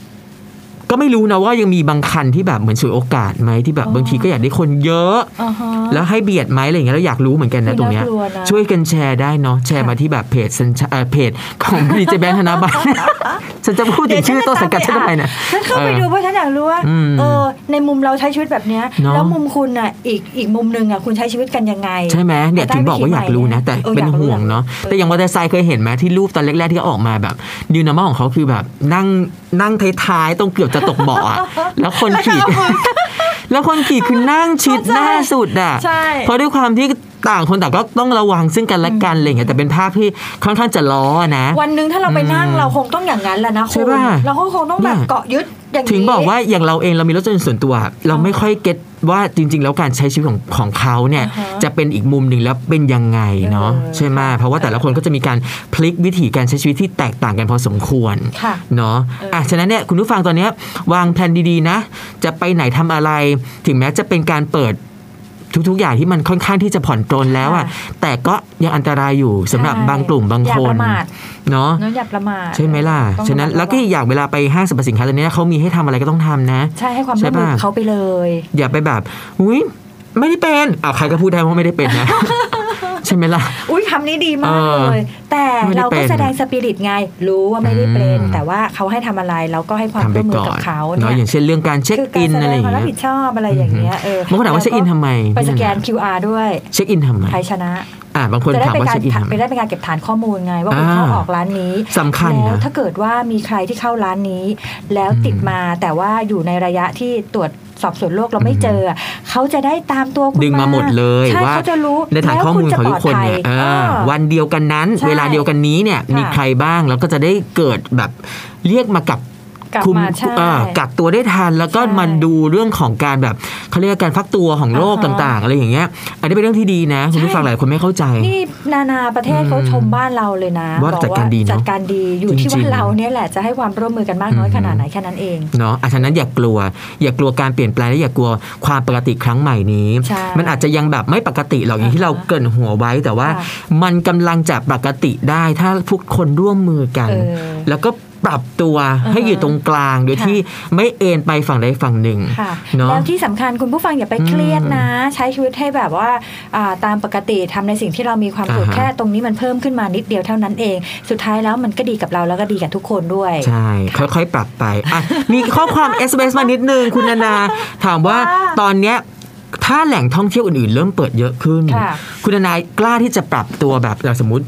[SPEAKER 2] ก็ไม่รู้นะว่ายังมีบางคันที่แบบเหมือนสวยโอกาสไหมที่แบบ
[SPEAKER 3] อ๋อ
[SPEAKER 2] บางทีก็อยากได้คนเยอะ
[SPEAKER 3] อ่าฮะ
[SPEAKER 2] แล้วให้เบียดไหมอะไรอย่างเงี้ยเราอยากรู้เหมือนกันนะ
[SPEAKER 3] อุ๊ย
[SPEAKER 2] ตรงเนี้ย
[SPEAKER 3] น่ากลัวนะ
[SPEAKER 2] ช่วยกันแชร์ได้เนาะแชร์มาที่แบบเพจสัญชาเอ่อเพจของ ดีเจแบงค์ธนบัตรฉันจะพูดถึงชื่อต้นสังกัดฉันทำไมเนี่ย
[SPEAKER 3] ฉันเข้าไปดูเพราะฉันอยากรู้ว่า
[SPEAKER 2] อืม
[SPEAKER 3] เออในมุมเราใช้ชีวิตแบบเนี้ย
[SPEAKER 2] เนอะ
[SPEAKER 3] แล้วมุมคุณอ่ะอีกอีกมุมหนึ่งอ่ะคุณใช้ชีวิตกันยังไง
[SPEAKER 2] ใช่ไหมเนี่ย
[SPEAKER 3] ได้
[SPEAKER 2] ถึงบอกว่าอยากรู้นะ
[SPEAKER 3] วิธี
[SPEAKER 2] แต่
[SPEAKER 3] ใหม่เนี่ย
[SPEAKER 2] เป็น
[SPEAKER 3] เอออยากรู้
[SPEAKER 2] ห่วงเนาะ
[SPEAKER 3] อยากรู้
[SPEAKER 2] แต่อย่างมอเตอร์ไซค์เคยเห็นไหมที่รูปตอนแรกๆที่เขาออกมาแบบนิวนอร์มของเขาคือแบบ นั่งนั่งท้ายๆตรงเกือบจะตกเบาะ อะ แล้วคนขี่แล้วคนขี่คือนั่งชิดหน้าสุดอ่ะ
[SPEAKER 3] ใช่
[SPEAKER 2] เพราะด้วยความที่ต่างคนต่างก็ต้องระวังซึ่งกันและกันอะไรอย่างเงี้ยแต่เป็นภาพที่ค่อนข้างจะล้อนะ
[SPEAKER 3] วันหนึ่งถ้าเราไปนั่ง
[SPEAKER 2] อืม
[SPEAKER 3] เราคงต้องอย่างนั้นแหละนะ
[SPEAKER 2] ใช่
[SPEAKER 3] คุณ
[SPEAKER 2] ป่ะ
[SPEAKER 3] เราก็คงต้องแบบ
[SPEAKER 2] เนี่ย
[SPEAKER 3] เกาะยึดอย่างนี้
[SPEAKER 2] ถึงบอกว่าอย่างเราเองเรามีรถยนต์ส่วนตัว เราไม่ค่อยเก็ตว่าจริง ๆ แล้วการใช้ชีวิตของของเขาเนี่ย
[SPEAKER 3] อ่าฮะ
[SPEAKER 2] จะเป็นอีกมุมหนึ่งแล้วเป็นยังไงเนาะ
[SPEAKER 3] เออ
[SPEAKER 2] ใช่ไหมเพราะว่าแต่ละคนก็จะมีการพลิกวิถีการใช้ชีวิตที่แตกต่างกันพอสมควร
[SPEAKER 3] ค่ะ
[SPEAKER 2] เนาะ
[SPEAKER 3] เอออ่
[SPEAKER 2] อ่ะฉะนั้นเนี่ยคุณผู้ฟังตอนเนี้ยวางแผนดีๆนะ จะไปไหนทำอะไร ถึงแม้จะเป็นการเปิดทุกๆอย่างที่มันค่อนข้างที่จะผ่อนปรนแล้วอะ
[SPEAKER 3] ค่
[SPEAKER 2] แต่ก็ยังอันตรายอยู่สำหรับบางกลุ่มบาง
[SPEAKER 3] อย่า
[SPEAKER 2] คน
[SPEAKER 3] ประมาท
[SPEAKER 2] เนาะ
[SPEAKER 3] เนอะอย่าประมาท
[SPEAKER 2] ใช่ไหมล่ะ
[SPEAKER 3] ต้อง
[SPEAKER 2] ฉะนั้น
[SPEAKER 3] ระมัด
[SPEAKER 2] แล้วก็
[SPEAKER 3] ระ
[SPEAKER 2] อี
[SPEAKER 3] ง
[SPEAKER 2] กอย่างเวลาไปห้างสรรพสินค้าตอนนี้ยเขามีให้ทำอะไรก็ต้องทำนะ
[SPEAKER 3] ใช่ให้ความร่วมมือ
[SPEAKER 2] ใช่ป่ะ
[SPEAKER 3] เขาไปเลย
[SPEAKER 2] อย่าไปแบบอุ้ยไม่ได้เป็นอ้าวใครก็พูดได้ว่าไม่ได้เป็น นะ ใช่ไหมล่ะ
[SPEAKER 3] อุ้ยคำนี้ดีมากเลย แต่
[SPEAKER 2] ไม่ได้
[SPEAKER 3] เรา
[SPEAKER 2] เป็
[SPEAKER 3] ก็
[SPEAKER 2] น
[SPEAKER 3] แสดงสปิริตไง รู้ว่าไม่ได้เป็น
[SPEAKER 2] อืม
[SPEAKER 3] แต่ว่าเขาให้ทำอะไรเราก็ให้ความ
[SPEAKER 2] ทำไป
[SPEAKER 3] ร่วมมือ
[SPEAKER 2] ก่อ
[SPEAKER 3] กันบเขา
[SPEAKER 2] เนาะอ
[SPEAKER 3] เนี่ย
[SPEAKER 2] ย่างเช่นเรื่องการเช็ค
[SPEAKER 3] คือกา
[SPEAKER 2] อิ
[SPEAKER 3] ร
[SPEAKER 2] น
[SPEAKER 3] แส
[SPEAKER 2] อะ
[SPEAKER 3] ด
[SPEAKER 2] ไรงอย่าว
[SPEAKER 3] คา
[SPEAKER 2] ง
[SPEAKER 3] มรับ
[SPEAKER 2] เงี้ย
[SPEAKER 3] ผิดชอบอะไรอย่างเงี้ยเออบ
[SPEAKER 2] างคนถามว่าเช็คอินทำไม
[SPEAKER 3] ไปสแกน
[SPEAKER 2] เยะ
[SPEAKER 3] QR ด้วย
[SPEAKER 2] เช็คอินทำไม
[SPEAKER 3] ใครชนะ
[SPEAKER 2] อ่าบางคน
[SPEAKER 3] จะได้
[SPEAKER 2] ถาม
[SPEAKER 3] เป็น
[SPEAKER 2] ว่า
[SPEAKER 3] การ
[SPEAKER 2] เช็คอินทำไม
[SPEAKER 3] ไปได้เป็นการเก็บฐานข้อมูลไง ว่าคุณเข้า
[SPEAKER 2] อ่า
[SPEAKER 3] ออกร้านนี้
[SPEAKER 2] สำคัญ
[SPEAKER 3] แล้ว
[SPEAKER 2] นะ
[SPEAKER 3] ถ้าเกิดว่ามีใครที่เข้าร้านนี้ แล้วติดมาแต่ว่าอยู่ในระยะที่ตรวจสอบสวนโรคเราไม่เจออ่ะเขาจะได้ตามตัวคุณ
[SPEAKER 2] ดึงมาหมดเลย
[SPEAKER 3] ใช่
[SPEAKER 2] ว่า
[SPEAKER 3] เขาจะรู้
[SPEAKER 2] ในฐานข้อมูลของทุกคนเนี่ย
[SPEAKER 3] แล้ว
[SPEAKER 2] เอ
[SPEAKER 3] ณจะปลอดภั
[SPEAKER 2] อ
[SPEAKER 3] อ่า
[SPEAKER 2] วันเดียวกันนั้น
[SPEAKER 3] ใช่
[SPEAKER 2] เวลาเดียวกันนี้เนี่ย
[SPEAKER 3] ค่ะ
[SPEAKER 2] มีใครบ้างแล้วก็จะได้เกิดแบบเรียกมากับ
[SPEAKER 3] กลับ
[SPEAKER 2] คุม
[SPEAKER 3] มาใช่
[SPEAKER 2] อ่ากักตัวได้ทันแล้วก็
[SPEAKER 3] ใช่
[SPEAKER 2] มาดูเรื่องของการแบบเขาเรียกว่าการฟักตัวของโรค
[SPEAKER 3] อ่าฮะ
[SPEAKER 2] ต่างๆ อะไรอย่างเงี้ย อันนี้เป็นเรื่องที่ดีนะ คุณผู้
[SPEAKER 3] ใช่
[SPEAKER 2] ฟังหลายคนไม่เข้าใจ
[SPEAKER 3] นี่นานาประเทศ
[SPEAKER 2] อืม
[SPEAKER 3] เขาชมบ้านเราเลยนะ
[SPEAKER 2] ว่า
[SPEAKER 3] บอก
[SPEAKER 2] จัดการดีเนอะ
[SPEAKER 3] จัดการดีอยู่ที่
[SPEAKER 2] จริ
[SPEAKER 3] ว่าง
[SPEAKER 2] ๆ
[SPEAKER 3] เราเนี่ยแหละจะให้ความร่วมมือกันมากน้อย
[SPEAKER 2] อืม
[SPEAKER 3] ขนาดไหนแค่นั้นเอง
[SPEAKER 2] เนาะอ่ะฉะนั้นอย่ากลัว อย่ากลัวการเปลี่ยนแปลงและอย่ากลัวความปกติครั้งใหม่นี้
[SPEAKER 3] ใช่
[SPEAKER 2] มันอาจจะยังแบบไม่ปกติหรอกอย่างที่
[SPEAKER 3] อ่าฮะ
[SPEAKER 2] เราเกรินหัวไว้แต่ว่า
[SPEAKER 3] ค่ะ
[SPEAKER 2] มันกำลังจะปกติได้ถ้าทุกคนร่วมมือกัน
[SPEAKER 3] เออ
[SPEAKER 2] แล้วก็ ปรับตัวให้อยู่ตรงกลาง โดย
[SPEAKER 3] ค่ะ
[SPEAKER 2] ที่ไม่เอ็นไปฝั่งใดฝั่งหนึ่ง
[SPEAKER 3] ค่ะ
[SPEAKER 2] เนาะ
[SPEAKER 3] แล้วที่สำคัญคุณผู้ฟังอย่าไปเครียดนะ ใช้ชีวิตให้แบบว่าอ่าตามปกติทำในสิ่งที่เรามีความสุข
[SPEAKER 2] อ่าฮะ
[SPEAKER 3] แค่ตรงนี้มันเพิ่มขึ้นมานิดเดียวเท่านั้นเอง สุดท้ายแล้วมันก็ดีกับเราแล้วก็ดีกับทุกคนด้วย
[SPEAKER 2] ใช่ ค่อยๆ ปรับไปอ่ะ มีข้อความ SMS มานิดนึง คุณ นานา ถามว่า
[SPEAKER 3] ว่า
[SPEAKER 2] ตอนเนี้ยถ้าแหล่งท่องเที่ยวอื่นๆ เริ่มเปิดเยอะขึ้น
[SPEAKER 3] ค่ะ
[SPEAKER 2] คุณนานากล้าที่จะปรับตัวแบบเราสมมติ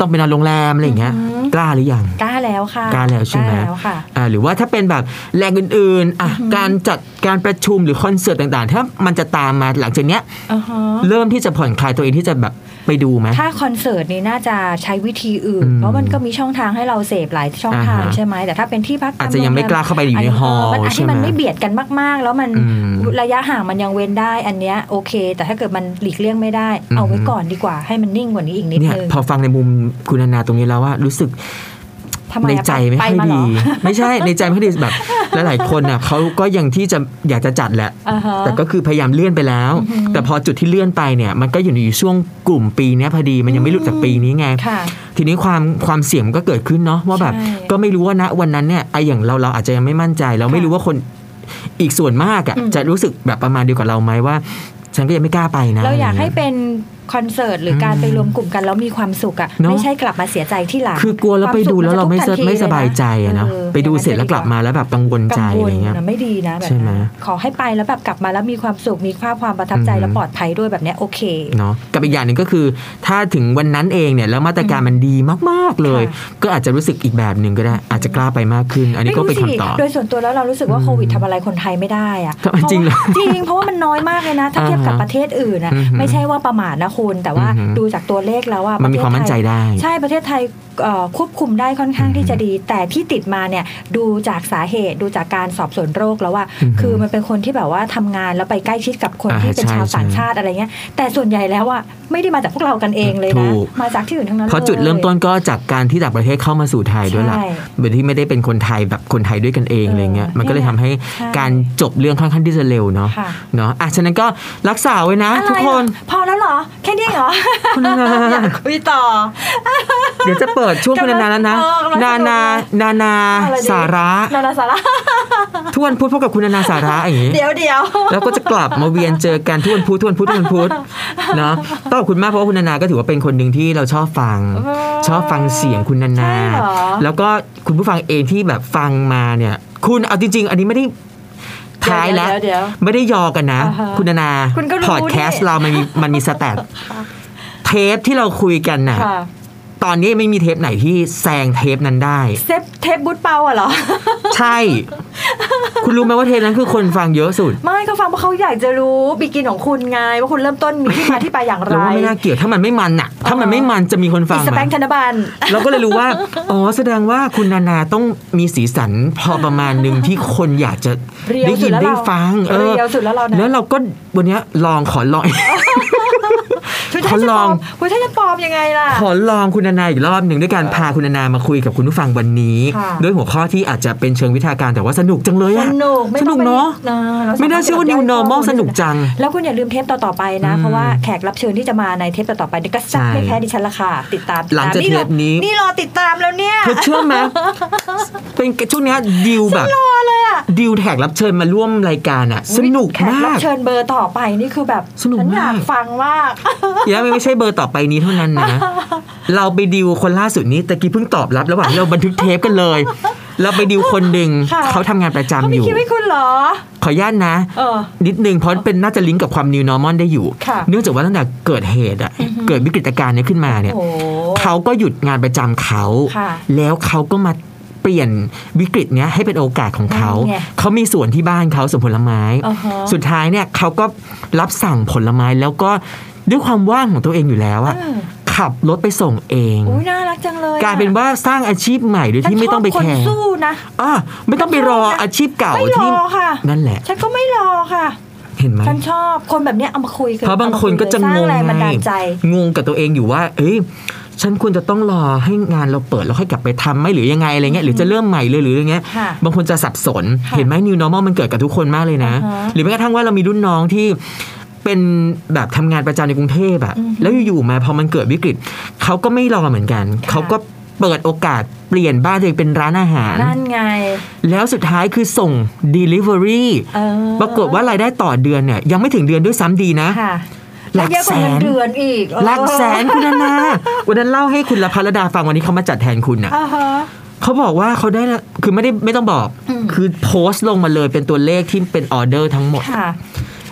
[SPEAKER 2] ต้องไปนอนโรงแรมอะไรอย่างเงี้ย
[SPEAKER 3] อือหือ
[SPEAKER 2] กล้าหรือยัง
[SPEAKER 3] กล้าแล้วค่ะ
[SPEAKER 2] กล้าแล้วใช่ไหม
[SPEAKER 3] กล้าแล้วค่ะ
[SPEAKER 2] อ่าหรือว่าถ้าเป็นแบบแรงอื่นๆอ่ะการจัดการประชุมหรือคอนเสิร์ตต่างๆ ถ้ามันจะตามมาหลังจากเนี้ย
[SPEAKER 3] อือฮะ
[SPEAKER 2] เริ่มที่จะผ่อนคลายตัวเองที่จะแบบไปดูไหม
[SPEAKER 3] ถ้าคอนเสิร์ตนี่น่าจะใช้วิธีอื่น
[SPEAKER 2] อืม
[SPEAKER 3] เพราะมันก็มีช่องทางให้เราเสพหลายช่องทาง
[SPEAKER 2] อ่าฮะ
[SPEAKER 3] ใช่ไหมแต่ถ้าเป็นที่พักต
[SPEAKER 2] อาจจะยังไม่กล้าเข้าไปอยู่
[SPEAKER 3] อัน
[SPEAKER 2] ใน
[SPEAKER 3] นี้
[SPEAKER 2] ฮอล
[SPEAKER 3] เออ
[SPEAKER 2] ล์
[SPEAKER 3] มันอัน
[SPEAKER 2] ใช่
[SPEAKER 3] ที่
[SPEAKER 2] ไหม
[SPEAKER 3] มันไม่เบียดกันมาก ๆ แล้วมัน
[SPEAKER 2] อืม
[SPEAKER 3] ระยะห่างมันยังเว้นได้ อันเนี้ยโอเค แต่ถ้าเกิดมันหลีกเลี่ยงไม่ได้
[SPEAKER 2] อืม
[SPEAKER 3] เอาไว้ก่อนดีกว่าให้มันนิ่งกว่านี้อีกนิด
[SPEAKER 2] เนี่ย
[SPEAKER 3] นึง
[SPEAKER 2] พอฟังในมุมคุณนานาตรงนี้แล้วว่ารู้สึก
[SPEAKER 3] ทำไม
[SPEAKER 2] ใน
[SPEAKER 3] อะ
[SPEAKER 2] ใจไม่
[SPEAKER 3] ป
[SPEAKER 2] ค่อย
[SPEAKER 3] ปาเหร
[SPEAKER 2] ดี
[SPEAKER 3] อ
[SPEAKER 2] ไม่ใช่ในใจไม่ค่อยดีแบบ หลายๆคนน่ะเขาก็ยังที่จะอยากจะจัดแหละ
[SPEAKER 3] อ่าฮะ
[SPEAKER 2] แต่ก็คือพยายามเลื่อนไปแล้ว
[SPEAKER 3] อือหือ
[SPEAKER 2] แต่พอจุดที่เลื่อนไปเนี่ย มันก็อยู่ในช่วงกลุ่มปีเนี้ยพอดีมันยังไม่หลุดจากปีนี้ไง
[SPEAKER 3] ค่ะ
[SPEAKER 2] ทีนี้ความความเสี่ยงมันก็เกิดขึ้นเนาะว่าแบบ
[SPEAKER 3] ใช่
[SPEAKER 2] ก็ไม่รู้ว่าณวันนั้นเนี่ยไออย่างเราเราอาจจะยังไม่มั่นใจ เราไม่รู้ว่าคนอีกส่วนมากอ่ะ
[SPEAKER 3] อืม
[SPEAKER 2] จะรู้สึกแบบประมาณเดียวกับเราไหมว่า ฉันก็ยังไม่กล้าไปนะ
[SPEAKER 3] เราอยา
[SPEAKER 2] ะ
[SPEAKER 3] ก
[SPEAKER 2] ไร
[SPEAKER 3] ให้
[SPEAKER 2] งี้
[SPEAKER 3] เป็นคอนเสิร์ตหรือการไปรวมกลุ่มกันแล้วมีความสุขอะ
[SPEAKER 2] เนอะ
[SPEAKER 3] ไม่ใช่กลับมาเสียใจที่หลัง
[SPEAKER 2] คือกลัวแล้วไปดูแล้วเราไม่
[SPEAKER 3] คว
[SPEAKER 2] สะ
[SPEAKER 3] ทุกข์ทันที
[SPEAKER 2] ไม่สบายใจอะเนาะ
[SPEAKER 3] เออ
[SPEAKER 2] ไปดูเสร็จแล้วกลับมาแล้วแบบกังวลใจ
[SPEAKER 3] กังว
[SPEAKER 2] อะไร
[SPEAKER 3] ล
[SPEAKER 2] เงี้ย
[SPEAKER 3] นะไม่ดีนะแบบ
[SPEAKER 2] ใช่ไหม
[SPEAKER 3] นั้นขอให้ไปแล้วแบบกลับมาแล้วมีความสุขมีภาพความประทับใจ
[SPEAKER 2] อืม
[SPEAKER 3] และปลอดภัยด้วยแบบเนี้ยโอเค
[SPEAKER 2] เนาะกับอีกอย่างหนึ่งก็คือ ถ้าถึงวันนั้นเองเนี่ยแล้วมาตรการมันดีมาก ๆเลย
[SPEAKER 3] ค่ะ
[SPEAKER 2] ก็อาจจะรู้สึกอีกแบบหนึ่งก็ได้ อาจจะกล้าไปมากขึ้น อันนี้ก็เป็น
[SPEAKER 3] ไม่รู้สิ
[SPEAKER 2] คำตอบ
[SPEAKER 3] โดยส่วนตัวแล้วเรารู้สึกว่า
[SPEAKER 2] อืม
[SPEAKER 3] โควิดทำอะไรคนไทยไม่ได้อะ
[SPEAKER 2] ทำไมจริงเหรอ
[SPEAKER 3] พาะว่าจริงเพราะว่ามันน้อยมากเลยนะถ้าเทียบกับ
[SPEAKER 2] อ่าฮะ
[SPEAKER 3] ประเทศอื่นนะ
[SPEAKER 2] อือหือ
[SPEAKER 3] ไม่ใช่ว่าประมาทนะคุณแต่ว่า
[SPEAKER 2] อือหือ
[SPEAKER 3] ดูจากตัวเลขแล้วว่า
[SPEAKER 2] มั
[SPEAKER 3] มัน
[SPEAKER 2] มีความมั่นใจได้
[SPEAKER 3] ใช่ประเทศไทยเอ่อควบคุมได้ค่อนข้างที่จะดี แต่ที่ติดมาเนี่ยดูจากสาเหตุดูจากการสอบสวนโรคแล้วว่า
[SPEAKER 2] อือหือ
[SPEAKER 3] คือมันเป็นคนที่แบบว่าทำงานแล้วไปใกล้ชิดกับคน
[SPEAKER 2] อ่า
[SPEAKER 3] ที่เป็น
[SPEAKER 2] ใช่
[SPEAKER 3] ชาวต่าง
[SPEAKER 2] ใช่
[SPEAKER 3] ชาติอะไรเงี้ยแต่ส่วนใหญ่แล้วอ่ะไม่ได้มาจากพวกเรากันเองเลยนะ
[SPEAKER 2] ถูก
[SPEAKER 3] มาจากที่อื่นทั้งนั้น
[SPEAKER 2] เพราะจุดเริ่ม
[SPEAKER 3] ลย
[SPEAKER 2] ต้นก็จากการที่ต่างประเทศเข้ามาสู่ไทยด้วยล่ะ
[SPEAKER 3] ใช่
[SPEAKER 2] โดยที่ไม่ได้เป็นคนไทยแบบคนไทยด้วยกันเอง
[SPEAKER 3] เออ
[SPEAKER 2] อะไรเงี้ย มันก็เลย
[SPEAKER 3] เนี่
[SPEAKER 2] ทำ
[SPEAKER 3] ย
[SPEAKER 2] ให้
[SPEAKER 3] ใช่
[SPEAKER 2] การจบเรื่องค่อนข้างที่จะเร็วเนาะ
[SPEAKER 3] ค่ะ
[SPEAKER 2] เนาะอ่ะฉะนั้นก็รักษาไว้นะ
[SPEAKER 3] อะไร
[SPEAKER 2] ทุกคน
[SPEAKER 3] อ่ะพอแล้วเหรอ แค่นี้เหรอ
[SPEAKER 2] คุณนานา
[SPEAKER 3] อยากคุยต่อ
[SPEAKER 2] เดี๋ยวจะเปิดช่วงคุณนานาแล้วนะ
[SPEAKER 3] เออกำลังสนุกเลย
[SPEAKER 2] นานา นานา
[SPEAKER 3] อะไรดี
[SPEAKER 2] สาระ
[SPEAKER 3] นานาสาระ
[SPEAKER 2] ทุกวันพูดพบกับคุณนานาสาระอย่างงี้
[SPEAKER 3] เดี๋ยวเดี๋ยว
[SPEAKER 2] แล้วก็จะกลับมาเวียนเจอกันทุกวันพุธทุกวันพุธทุกวันพุธเนาะ ต้องขอบคุณมากเพราะว่าคุณนานาก็ถือว่าเป็นคนหนึ่งที่เราชอบฟัง
[SPEAKER 3] เออ
[SPEAKER 2] ชอบฟังเสียงคุณนานา
[SPEAKER 3] ใช่เหรอ
[SPEAKER 2] แล้วก็คุณผู้ฟังเองที่แบบฟังมาเนี่ย คุณเอาจริง ๆ อันนี้ไม่ได้ท้ายแล้ว
[SPEAKER 3] เดี๋ยวเดี๋ยวเดี๋ยว
[SPEAKER 2] ไม่ได้ยอกันนะ
[SPEAKER 3] อ่าฮะ
[SPEAKER 2] คุณนานา
[SPEAKER 3] คุณก็รู้
[SPEAKER 2] พอดแคส
[SPEAKER 3] นี่
[SPEAKER 2] ต์เรามันมีมันมีสแต ทเทปที่เราคุยกันน่ะ
[SPEAKER 3] ค่ะ
[SPEAKER 2] ตอนนี้ไม่มีเทปไหนที่แซงเทปนั้นได้
[SPEAKER 3] เซฟเทปบูทเปาอะเหรอ
[SPEAKER 2] ใช่ คุณรู้ไหมว่าเทปนั้นคือคนฟังเยอะสุด
[SPEAKER 3] ไม่เขาฟังเพราะเขาอยากจะรู้บิกินของคุณไง ว่าคุณเริ่มต้นมีที่มาที่ไปอย่างไร
[SPEAKER 2] เราว่าไม่น่าเกี่ยวถ้ามันไม่มันน่ะ ถ้ามันไม่มันจะมีคนฟั
[SPEAKER 3] อิ
[SPEAKER 2] ง
[SPEAKER 3] ส
[SPEAKER 2] ไห
[SPEAKER 3] แป
[SPEAKER 2] ม
[SPEAKER 3] งธนบัน
[SPEAKER 2] เราก็เลยรู้ว่า อ๋อแสดงว่าคุณนานาต้องมีสีสันพอประมาณหนึ่งที่คนอยากจะ
[SPEAKER 3] เรียว
[SPEAKER 2] ได้
[SPEAKER 3] สุ
[SPEAKER 2] ยิน
[SPEAKER 3] ดแล้ว
[SPEAKER 2] ได้
[SPEAKER 3] เรา
[SPEAKER 2] ฟัง เออ
[SPEAKER 3] เรียวสุดแล้วเรานะ
[SPEAKER 2] แล้วเราก็วันเนี้ยลองขอลอง
[SPEAKER 3] คุณ
[SPEAKER 2] ขอ
[SPEAKER 3] ท่านจะ
[SPEAKER 2] ล
[SPEAKER 3] ปล
[SPEAKER 2] อ
[SPEAKER 3] อง มคุณท่านจะปลอมยังไงล่ะ
[SPEAKER 2] ขอลองคุณนานาอีกรอบหนึ่งด้วยการพาคุณนานามาคุยกับคุณผู้ฟังวันนี้
[SPEAKER 3] ค่ะ
[SPEAKER 2] ด้วยหัวข้อที่อาจจะเป็นเชิงวิทยาการแต่ว่าสนุกจังเลย
[SPEAKER 3] ส
[SPEAKER 2] อะ
[SPEAKER 3] นุกไม่
[SPEAKER 2] ส
[SPEAKER 3] ต้
[SPEAKER 2] นุ
[SPEAKER 3] อก งไป
[SPEAKER 2] เนาะ
[SPEAKER 3] ออรส
[SPEAKER 2] ไม่น่าเชื่อว่า
[SPEAKER 3] สรถ
[SPEAKER 2] new
[SPEAKER 3] ย่ยข้อมูล
[SPEAKER 2] normal สนุกจัง
[SPEAKER 3] แล้วคุณอย่าลืมเทปต่อๆไปนะ
[SPEAKER 2] อืม
[SPEAKER 3] เพราะว่าแขกรับเชิญที่จะมาในเทปต่อๆไปนี่ก็แซัก
[SPEAKER 2] ใช่
[SPEAKER 3] ไม่แพ้ดิฉันละค่ะ ติดตาม
[SPEAKER 2] หลังจาก
[SPEAKER 3] นี่รอ
[SPEAKER 2] เทปนี้
[SPEAKER 3] นี่รอติดตามแล้วเนี่ย
[SPEAKER 2] เธอเชื่อ ไหมเป็นช่วงเนี้ยดิวแบบ
[SPEAKER 3] รอเลยอะ
[SPEAKER 2] ดิวแขกรับเชิญมาร่วมรายการอ่ะ สนุก
[SPEAKER 3] แขกรั
[SPEAKER 2] มา
[SPEAKER 3] บ
[SPEAKER 2] ก
[SPEAKER 3] เชิญเบอร์ต่อไปนี่คือแบบ
[SPEAKER 2] สนุก
[SPEAKER 3] ฉัอยาม
[SPEAKER 2] าก
[SPEAKER 3] กฟังมาก
[SPEAKER 2] ยังไม่ใช่เบอร์ต่อไปนี้เท่านั้นนะ เราไปดิวคนล่าสุดนี้ตะกี้เพิ่งตอบรับระหว่างที่เราบันทึกเทปกันเลย เราไปดิวคนหนึ่ง
[SPEAKER 3] ค่ะ
[SPEAKER 2] เขาทำงานประจำ
[SPEAKER 3] เขา
[SPEAKER 2] อ
[SPEAKER 3] มี
[SPEAKER 2] ยู่
[SPEAKER 3] คิวให้คุณเหรอ
[SPEAKER 2] ขออนุญาตนะ
[SPEAKER 3] เออ
[SPEAKER 2] นิดนึงเพราะเป็นน่าจะลิงก์กับความ new normal ได้อยู่
[SPEAKER 3] ค่ะ
[SPEAKER 2] เนื่องจากว่าตั้งแต่เกิดเหตุอ่ะเกิดวิกฤตการณ์เนี้ขึ้นมาเนี่ย
[SPEAKER 3] โอ้โห
[SPEAKER 2] เขาก็หยุดงานประจำเขา
[SPEAKER 3] ค่ะ
[SPEAKER 2] แล้วเขาก็มาเปลี่ยนวิกฤตเนี้ยให้เป็นโอกาสของเขา
[SPEAKER 3] นั่นไง
[SPEAKER 2] เขามีสวนที่บ้านเขาสวนผลไม้
[SPEAKER 3] อ่าฮะ
[SPEAKER 2] สุดท้ายเนี่ยเขาก็รับสั่งผลไม้แล้วก็ด้วยความว่างของตัวเองอยู่แล้วอะ
[SPEAKER 3] เออ
[SPEAKER 2] ขับรถไปส่งเอง
[SPEAKER 3] อุ้ยน่ารักจังเลยอะ
[SPEAKER 2] กลายเป็นว่าสร้างอาชีพใหม่โดย
[SPEAKER 3] ฉัน
[SPEAKER 2] ที่ไม่ต้องไป
[SPEAKER 3] ชบ
[SPEAKER 2] แข่
[SPEAKER 3] น
[SPEAKER 2] ง
[SPEAKER 3] สู้นะ
[SPEAKER 2] อ่ะไม่ต้องไปรออาชีพเก่า
[SPEAKER 3] ไม่รอ
[SPEAKER 2] ที่
[SPEAKER 3] ค่ะ
[SPEAKER 2] นั่นแหละ
[SPEAKER 3] ฉันก็ไม่รอค่ะ
[SPEAKER 2] เห็นไหม
[SPEAKER 3] ฉันชอบคนแบบเนี้ยเอามาคุยกั
[SPEAKER 2] เพราะบางคนก็จะง
[SPEAKER 3] สร้างแรงบัน
[SPEAKER 2] ไง
[SPEAKER 3] ดาลใจ
[SPEAKER 2] งงกับตัวเองอยู่ว่า เอ้ย ฉันควรจะต้องรอให้งานเราเปิดแล้วค่อยกลับไปทำไหมหรือยังไงอะไรเงี้ย หรือจะเริ่มใหม่เลยหรืออย่างเงี้ย
[SPEAKER 3] ค่ะ
[SPEAKER 2] บางคนจะสับสน
[SPEAKER 3] ค่ะ
[SPEAKER 2] เห็นไหม new normal มันเกิดกับทุกคนมากเลยนะ
[SPEAKER 3] อ่าฮะ
[SPEAKER 2] หรือแม้กระทั่งว่าเรามีรุ่นน้องที่เป็นแบบทำงานประจำในกรุงเทพอะ
[SPEAKER 3] อือฮึ
[SPEAKER 2] แล้วอยู่ๆมาพอมันเกิดวิกฤต เขาก็ไม่รอเหมือนกัน
[SPEAKER 3] ค่ะ
[SPEAKER 2] เขาก็ เปิดโอกาสเปลี่ยนบ้านตัวเองเป็นร้านอาหาร
[SPEAKER 3] นั่นไง
[SPEAKER 2] แล้วสุดท้ายคือส่ง Delivery
[SPEAKER 3] เออ
[SPEAKER 2] ปรากฏว่ารายได้ต่อเดือนเนี่ยยังไม่ถึงเดือนด้วยซ้ำดีนะ
[SPEAKER 3] ค่ะ
[SPEAKER 2] หลัก
[SPEAKER 3] เยอะก
[SPEAKER 2] แส
[SPEAKER 3] ว่าเงิน
[SPEAKER 2] น
[SPEAKER 3] เดือนอีกเออ
[SPEAKER 2] หลักแสนคุณนานาวันนั้นเล่าให้คุณละพรดาฟังวันนี้เขามาจัดแทนคุณน่ะ
[SPEAKER 3] อ่าฮะ
[SPEAKER 2] เขาบอกว่าเขาได้ละคือไม่ได้ไม่ต้องบอก
[SPEAKER 3] อืม
[SPEAKER 2] คือโพสต์ลงมาเลยเป็นตัวเลขที่เป็นออเดอร์ทั้งหมด
[SPEAKER 3] ค่ะ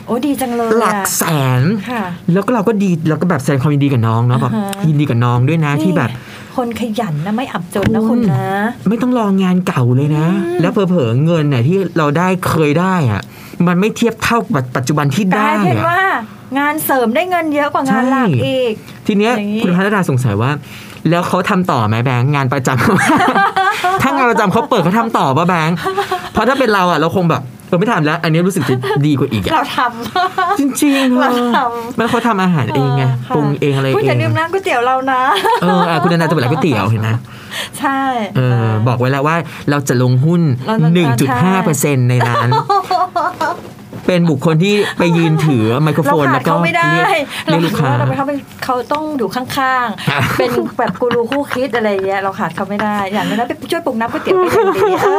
[SPEAKER 3] โอ้ดีจังเลย
[SPEAKER 2] หลัก
[SPEAKER 3] อะ
[SPEAKER 2] แสน
[SPEAKER 3] ค่ะ
[SPEAKER 2] แล้วก็เราก็ดีเราก็แบบแสดงความยินดีกับน้องเนาะแบบ
[SPEAKER 3] อ่าฮะ
[SPEAKER 2] ยินดีกับน้องด้วยนะที่แบบ
[SPEAKER 3] คนขยันนะไม่อับจนนะ
[SPEAKER 2] คุ
[SPEAKER 3] คุณ ณนะ
[SPEAKER 2] ไม่ต้องรองานเก่าเลยนะ แล้วเผลอๆเงินเนี่ยที่เราได้เคยได้อะมันไม่เทียบเท่าปัจจุบันที่
[SPEAKER 3] ก
[SPEAKER 2] ได้
[SPEAKER 3] ลายเป็น
[SPEAKER 2] อะ
[SPEAKER 3] ว่างานเสริมได้เงินเยอะกว่างาน
[SPEAKER 2] ใช่
[SPEAKER 3] หลักอีก
[SPEAKER 2] ทีเนี้ย
[SPEAKER 3] อย่างนี้
[SPEAKER 2] คุณพัฒนาสงสัยว่า แล้วเขาทำต่อไหมแบงค์งานประจำ ถ้างานประจำเขาเปิดเขาทำต่อป่ะแบงค์เพราะถ้าเป็นเราอะเราคงแบบเออไม่ทำแล้ว อันนี้รู้สึกจะดีกว่าอีก อะ
[SPEAKER 3] เราท
[SPEAKER 2] จริงๆ
[SPEAKER 3] เราท
[SPEAKER 2] ไมันเขาทำอาหาร
[SPEAKER 3] ำ
[SPEAKER 2] เองไง
[SPEAKER 3] ค่ะ
[SPEAKER 2] ปรุงเองอะไร
[SPEAKER 3] คุณ
[SPEAKER 2] เอย่
[SPEAKER 3] อาง ลืมน้ำก๋วยเตี๋ยวเรานะ
[SPEAKER 2] เอออ่ะคุณนานาจะเป็นร้านก๋วยเตี๋ยวเห็นไหม
[SPEAKER 3] ใช่
[SPEAKER 2] เออ
[SPEAKER 3] ค่ะ
[SPEAKER 2] บอกไว้แล้วว่าเราจะลงหุ้น
[SPEAKER 3] เราจะ
[SPEAKER 2] 1.5%ในร้าน เป็นบุคคลที่ไปยืนถือไมโครโฟ
[SPEAKER 3] เรา
[SPEAKER 2] น
[SPEAKER 3] ขา
[SPEAKER 2] แล้
[SPEAKER 3] ด
[SPEAKER 2] วก็
[SPEAKER 3] เขาไม่ได้
[SPEAKER 2] เรียก
[SPEAKER 3] เรา
[SPEAKER 2] เรียกลูกค้า
[SPEAKER 3] ว่าเราไปเขาเป็นเขาต้องอยู่ข้าง
[SPEAKER 2] อ่ะ
[SPEAKER 3] ๆ เป็นแบบกูรูคู่คิดอะไรเงี้ยเราขาดเขาไม่ได้อย่างนั้นไปช่วยปรุงน้ำก๋วยเตี๋ยวไปยังดีเออ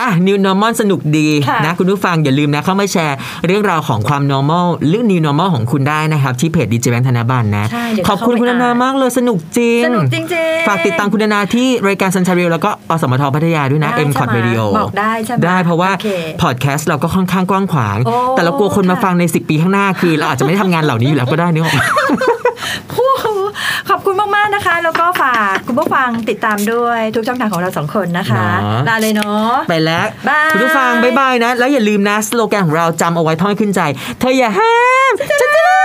[SPEAKER 2] อ่ะ New Normal สนุกดี
[SPEAKER 3] ค่ะ
[SPEAKER 2] นะคุณผู้ฟังอย่าลืมนะ เข้ามาแชร์เรื่องราวของความ normal หรือ New Normal ของคุณได้นะครับ ที่เพจดีเจแบงค์ธนบัตรนะ
[SPEAKER 3] ใช่เดี๋ยว
[SPEAKER 2] ขอบคุณ
[SPEAKER 3] เข้าไป
[SPEAKER 2] คุณนานามากเลยสนุกจริง
[SPEAKER 3] สนุกจริงๆ
[SPEAKER 2] ฝากติดตามคุณนานาที่รายการสันชาริวแล้วก็อสมทพัทยาด้วยนะ
[SPEAKER 3] ได้ใช่
[SPEAKER 2] M c o t
[SPEAKER 3] ไหม
[SPEAKER 2] Radio
[SPEAKER 3] บอกได้ใช่ไหม
[SPEAKER 2] ได้เพราะว่า
[SPEAKER 3] โอเค
[SPEAKER 2] พอดแคสต์เราก็ค่อนข้างกว้างขวาง
[SPEAKER 3] โอ้
[SPEAKER 2] แต่เรากลัวคนมา
[SPEAKER 3] ค่ะ
[SPEAKER 2] ฟังใน 10 ปีข้างหน้าคือเราอาจจะไม่ได้ทำงานเหล่านี้อยู่แล้วก็ได้นี่
[SPEAKER 3] ผู้ขอบคุณมากๆนะคะ แล้วก็ฝากคุณผู้ฟังติดตามด้วยทุกช่องทางของเราสองคนนะคะ
[SPEAKER 2] เนาะ
[SPEAKER 3] ลาเลยเนาะ
[SPEAKER 2] ไปแล้ว
[SPEAKER 3] บาย
[SPEAKER 2] คุณผู้ฟังบ๊ายบายนะ แล้วอย่าลืมนะ สโลแกนของเราจำเอาไว้ท่องให้ขึ้นใจ เธออย่าห้ามฉันจะเล่า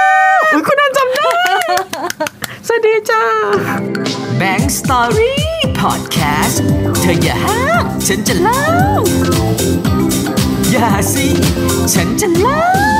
[SPEAKER 2] อุ้ยคุณนันจำได้ สวัสดีจ้า
[SPEAKER 1] Bank Story Podcast เธออย่าห้ามฉันจะเล่า อย่าสิ ฉันจะเล่า